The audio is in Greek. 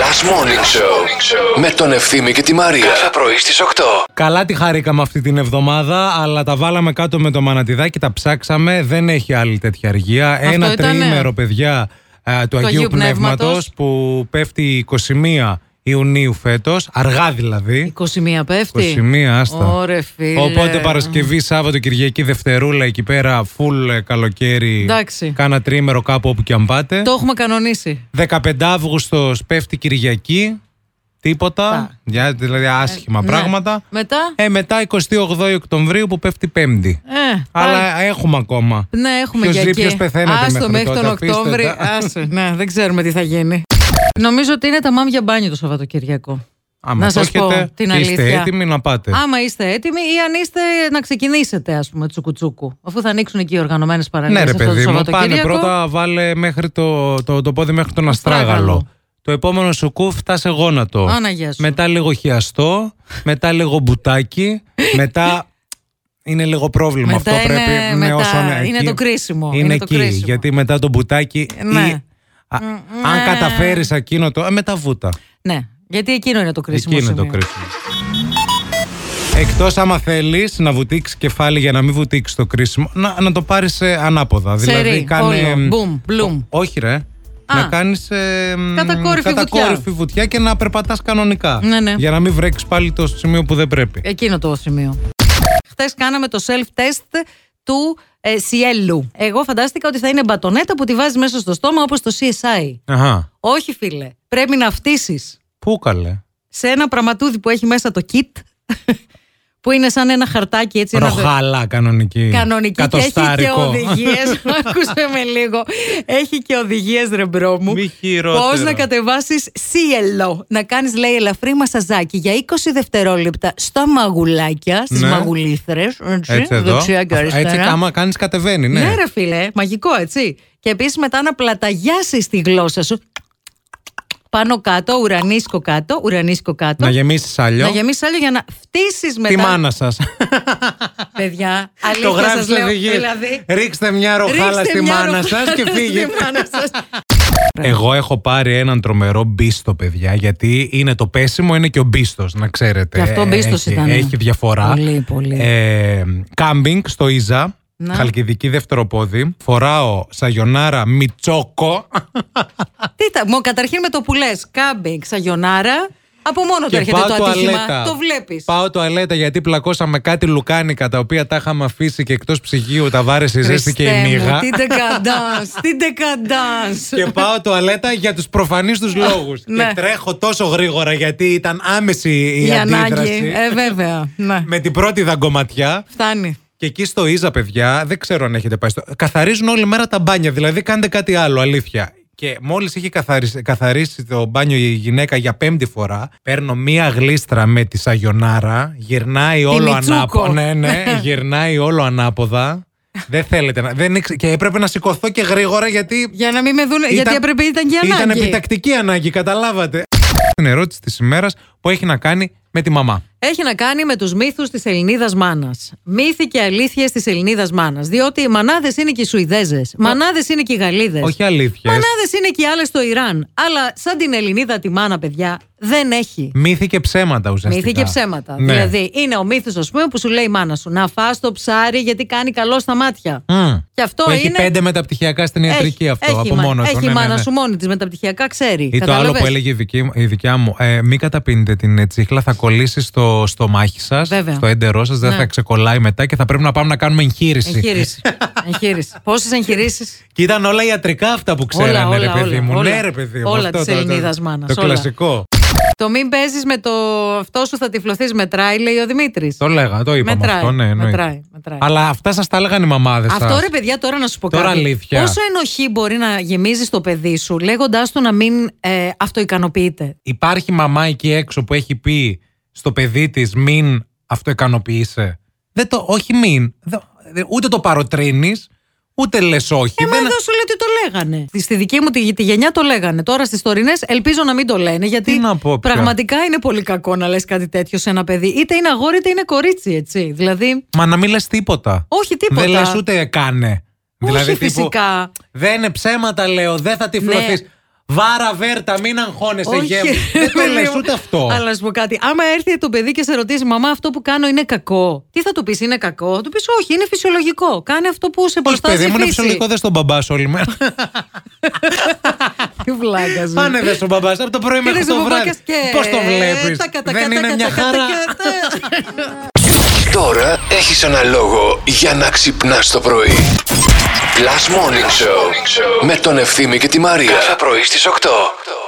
Last Morning Show με τον Ευθύμη και τη Μαρία. Κάθε πρωί στις 8. Καλά τη χαρήκαμε αυτή την εβδομάδα, αλλά τα βάλαμε κάτω με το μανατιδάκι, τα ψάξαμε. Δεν έχει άλλη τέτοια αργία. Αυτό Ένα ήτανε. τριήμερο, παιδιά, α, του, Αγίου, Αγίου Πνεύματος, Πνεύματος. που πέφτει 21 Ιουνίου φέτος, αργά δηλαδή. 21 πέφτει. 21, άστα. Ωρε φίλε. Οπότε Παρασκευή, Σάββατο, Κυριακή, Δευτερούλα εκεί πέρα, φουλ ε, καλοκαίρι. Εντάξει. Κάνα τρίμερο κάπου όπου και αν πάτε. Το έχουμε κανονίσει. 15 Αύγουστο πέφτει Κυριακή. Τίποτα. Τα. Για, δηλαδή άσχημα Ναι. πράγματα. Μετά. Ε, μετά 28 Οκτωβρίου που πέφτει Πέμπτη. Ε, πάλι- Αλλά έχουμε ακόμα. Ναι, έχουμε ποιος για ζει, εκεί. ποιος πεθαίνεται Άστο μέχρι μέχρι τότε, τον αφήστε Οκτώβρη. τα. Άστο. Ναι, δεν ξέρουμε τι θα γίνει. Νομίζω ότι είναι τα μάμια μπάνιο το Σαββατοκυριακό. Άμα Να το σας πω έχετε, την και είστε αλήθεια. έτοιμοι να πάτε. Άμα είστε έτοιμοι ή αν είστε να ξεκινήσετε, ας πούμε, τσουκουτσούκου. Αφού θα ανοίξουν εκεί οι οργανωμένες παραλίες. ναι, ρε παιδί μου, πάνε πρώτα, βάλε μέχρι το, το, το πόδι μέχρι τον Αστράγαλο. Αστράγαλο. Το επόμενο σου κούφ φτάσε γόνατο. Άναγια σου. Μετά λίγο χιαστό, μετά λίγο μπουτάκι, μετά είναι λίγο πρόβλημα Μετά αυτό. είναι- πρέπει μετά εκεί- είναι το κρίσιμο, Είναι, είναι το εκεί, κρίσιμο. γιατί μετά το μπουτάκι. Ναι. ή- α- Αν καταφέρεις εκείνο το. ε, μετά βούτα. Ναι, γιατί εκείνο είναι το κρίσιμο. Εκεί είναι το σημείο. κρίσιμο. Εκτός άμα θέλεις να βουτήξεις κεφάλι για να μην βουτήξεις το κρίσιμο, να, να το πάρεις ανάποδα. Σε δηλαδή ρί, κάνε. όλο, εμ, μπουμ, μπλουμ. ό- όχι, ρε. να κάνεις. Ε, εμ, Κατακόρυφη βουτιά. κατακόρυφη βουτιά και να περπατάς κανονικά. Ναι, ναι. Για να μην βρέξεις πάλι το σημείο που δεν πρέπει. Εκείνο το σημείο. Χθες κάναμε το self-test του ε, Σιέλου. Εγώ φαντάστηκα ότι θα είναι μπατονέτα που τη βάζει μέσα στο στόμα όπως το CSI. Αχα. Όχι, φίλε. Πρέπει να φτύσεις Πού καλέ. σε ένα πραγματούδι που έχει μέσα το kit, που είναι σαν ένα χαρτάκι έτσι. ένα δε- Ροχάλα κανονική. Κανονική και έχει και Ναι. Κατοστάρικο. οδηγίες. Άκουσε με λίγο. Έχει και οδηγίες, ρεμπρό μου. Μη χειρότερο. Πώς να κατεβάσεις σύελο. Να κάνεις, λέει, ελαφρύ μασαζάκι για 20 δευτερόλεπτα στα μαγουλάκια, στις Ναι. μαγουλήθρες. Έτσι εδώ. Δεξιά και αριστερά. Έτσι, άμα κάνεις, κατεβαίνει, ναι. ναι. ρε φίλε, μαγικό έτσι. Και επίσης μετά να πλαταγιάσεις τη γλώσσα σου. Πάνω κάτω, ουρανίσκο κάτω, ουρανίσκο κάτω. να γεμίσεις αλλιώ. Να γεμίσεις άλλο για να φτύσεις Τη μετά. μάνα σας. Παιδιά, Το αλήθεια σας γράφει λέω. οδηγή. Δηλαδή, Ρίξτε μια ροχάλα ρίξτε στη μια μάνα ροχάλα σας και στη φύγετε. μάνα σας. Εγώ έχω πάρει έναν τρομερό μπίστο, παιδιά, γιατί είναι το πέσιμο, είναι και ο μπίστος, να ξέρετε. Γι' αυτό Ε, μπίστος έχει, ήταν. Έχει διαφορά. Πολύ, πολύ. Ε, κάμπινγκ στο Ίζα. Να. Χαλκιδική δεύτερο πόδι. Φοράω σαγιονάρα μιτσόκο. Τι τα, μο, καταρχήν με το που λες, κάμπινγκ, σαγιονάρα. Από μόνο του και έρχεται πάω το ατύχημα. τουαλέτα. Το βλέπεις. Πάω τουαλέτα γιατί πλακώσαμε κάτι λουκάνικα τα οποία τα είχαμε αφήσει και εκτός ψυγείου τα βάρεσε η ζέστη και η μύγα. Τι ντεκαντάν, τι ντεκαντάν. και πάω τουαλέτα για τους προφανείς τους λόγους. και Ναι. τρέχω τόσο γρήγορα γιατί ήταν άμεση η, Η αντίδραση. ανάγκη. Ε, βέβαια. Ναι. με την πρώτη δαγκωματιά. Φτάνει. Και εκεί στο Ίζα, παιδιά, δεν ξέρω αν έχετε πάει. Στο... Καθαρίζουν όλη μέρα τα μπάνια. Δηλαδή, κάντε κάτι άλλο, αλήθεια. Και μόλις είχε καθαρίσει, καθαρίσει το μπάνιο η γυναίκα για πέμπτη φορά, παίρνω μία γλίστρα με τη σαγιονάρα, γυρνάει όλο Μιτσούκο. ανάποδα. Ναι, ναι, γυρνάει όλο ανάποδα. δεν θέλετε να. Δεν ήξε- Και έπρεπε να σηκωθώ και γρήγορα γιατί Για να μην με δουν. γιατί έπρεπε ήταν και ανάγκη. ήταν επιτακτική ανάγκη, καταλάβατε. Την ερώτηση της ημέρας που έχει να κάνει με τη μαμά. Έχει να κάνει με τους μύθους της Ελληνίδας μάνας. Μύθοι και αλήθειες της Ελληνίδας μάνας. Διότι οι μανάδες είναι και οι Σουηδέζες. Μανάδες είναι και οι Γαλλίδες. Όχι αλήθεια. ε. Μανάδες είναι και οι άλλες στο Ιράν. Αλλά σαν την Ελληνίδα τη μάνα, παιδιά, δεν έχει. Μύθοι και ψέματα ουσιαστικά. Μύθοι και ψέματα. Ναι. Δηλαδή, είναι ο μύθος, ας πούμε, που σου λέει η μάνα σου να φά το ψάρι γιατί κάνει καλό στα μάτια. Μμ. Και αυτό Που έχει είναι. πέντε μεταπτυχιακά στην ιατρική αυτό έχει από η μάνα- μόνο του. Έχει ναι, η ναι, μάνα ναι. σου μόνη της μεταπτυχιακά, ξέρει. Ή το άλλο Καταλαβες. που έλεγε η, δική, μου- η δικιά μου. Ε, μην καταπίνετε την τσίχλα, θα κολλήσεις στο στομάχι σας, Βέβαια. στο έντερό σας, δεν Ναι. θα ξεκολλάει μετά και θα πρέπει να πάμε να κάνουμε εγχείρηση. Εγχείρηση. εγχείρηση. Πόσες εγχειρήσεις. Και ήταν όλα ιατρικά αυτά που ξέρανε, Όλα, ρε όλα, παιδί όλα, μου. όλα. Ναι, ρε παιδί μου. Όλα αυτό της το- το- Ελληνίδας μάνας, Το όλα. κλασικό. το μην παίζεις με το αυτό σου θα τυφλωθείς μετράει, λέει ο Δημήτρης. Το λέγα, το είπαμε Μετράει, αυτό, ναι, εννοείται. μετράει, μετράει. Αλλά αυτά σας τα έλεγαν οι μαμάδες Αυτό ρε παιδιά τώρα να σου πω Τώρα κάτι. αλήθεια. Πόσο ενοχή μπορεί να γεμίζεις το παιδί σου λέγοντάς του να μην ε, αυτοικανοποιείται. Υπάρχει μαμά εκεί έξω που έχει πει στο παιδί της μην αυτοικανοποιείσαι. Δεν το, όχι μην. Δε- δε- Ούτε το παροτρύνεις, ούτε λες όχι. Ε, μα δεν, εδώ σου λέει ότι το λέγανε. Στη- Στη δική μου τη, τη γενιά το λέγανε. Τώρα στις τωρινές ελπίζω να μην το λένε. Γιατί Τι να πω πια. πραγματικά είναι πολύ κακό να λες κάτι τέτοιο σε ένα παιδί. Είτε είναι αγόρι είτε είναι κορίτσι, έτσι. Δηλαδή. Μα να μην λες τίποτα. Όχι τίποτα. Δεν λες ούτε κάνε. Όχι δηλαδή, τύπου, φυσικά. δεν είναι ψέματα, λέω, δεν θα τυφλωθεί. Ναι. Βάρα βέρτα, μην αγχώνεσαι, γέμο. Δεν το ρε παιδί λες μου. ούτε αυτό. Αλλά σου πω κάτι. Άμα έρθει το παιδί και σε ρωτήσει, Μαμά, αυτό που κάνω είναι κακό. Τι θα του πεις, Είναι κακό. Θα του πεις, Όχι, είναι φυσιολογικό. Κάνε αυτό που σε Όχι, προστάζει. παιδί μου, είναι η φύση». φυσιολογικό, δε τον μπαμπά σου όλη μέρα. Τι βλάκας σου. Πάνε δε τον μπαμπά σου από το πρωί μέχρι δεν το σου πω, βράδυ. πάκες και- Πώς το βλέπεις. τα κατα- Δεν κατα- είναι κατα- μια κατα- χαρά. κατα- Τώρα έχεις ένα λόγο για να ξυπνάς το πρωί. Plus Morning Show με τον Ευθύμη και τη Μαρία. Κάθε πρωί στις 8.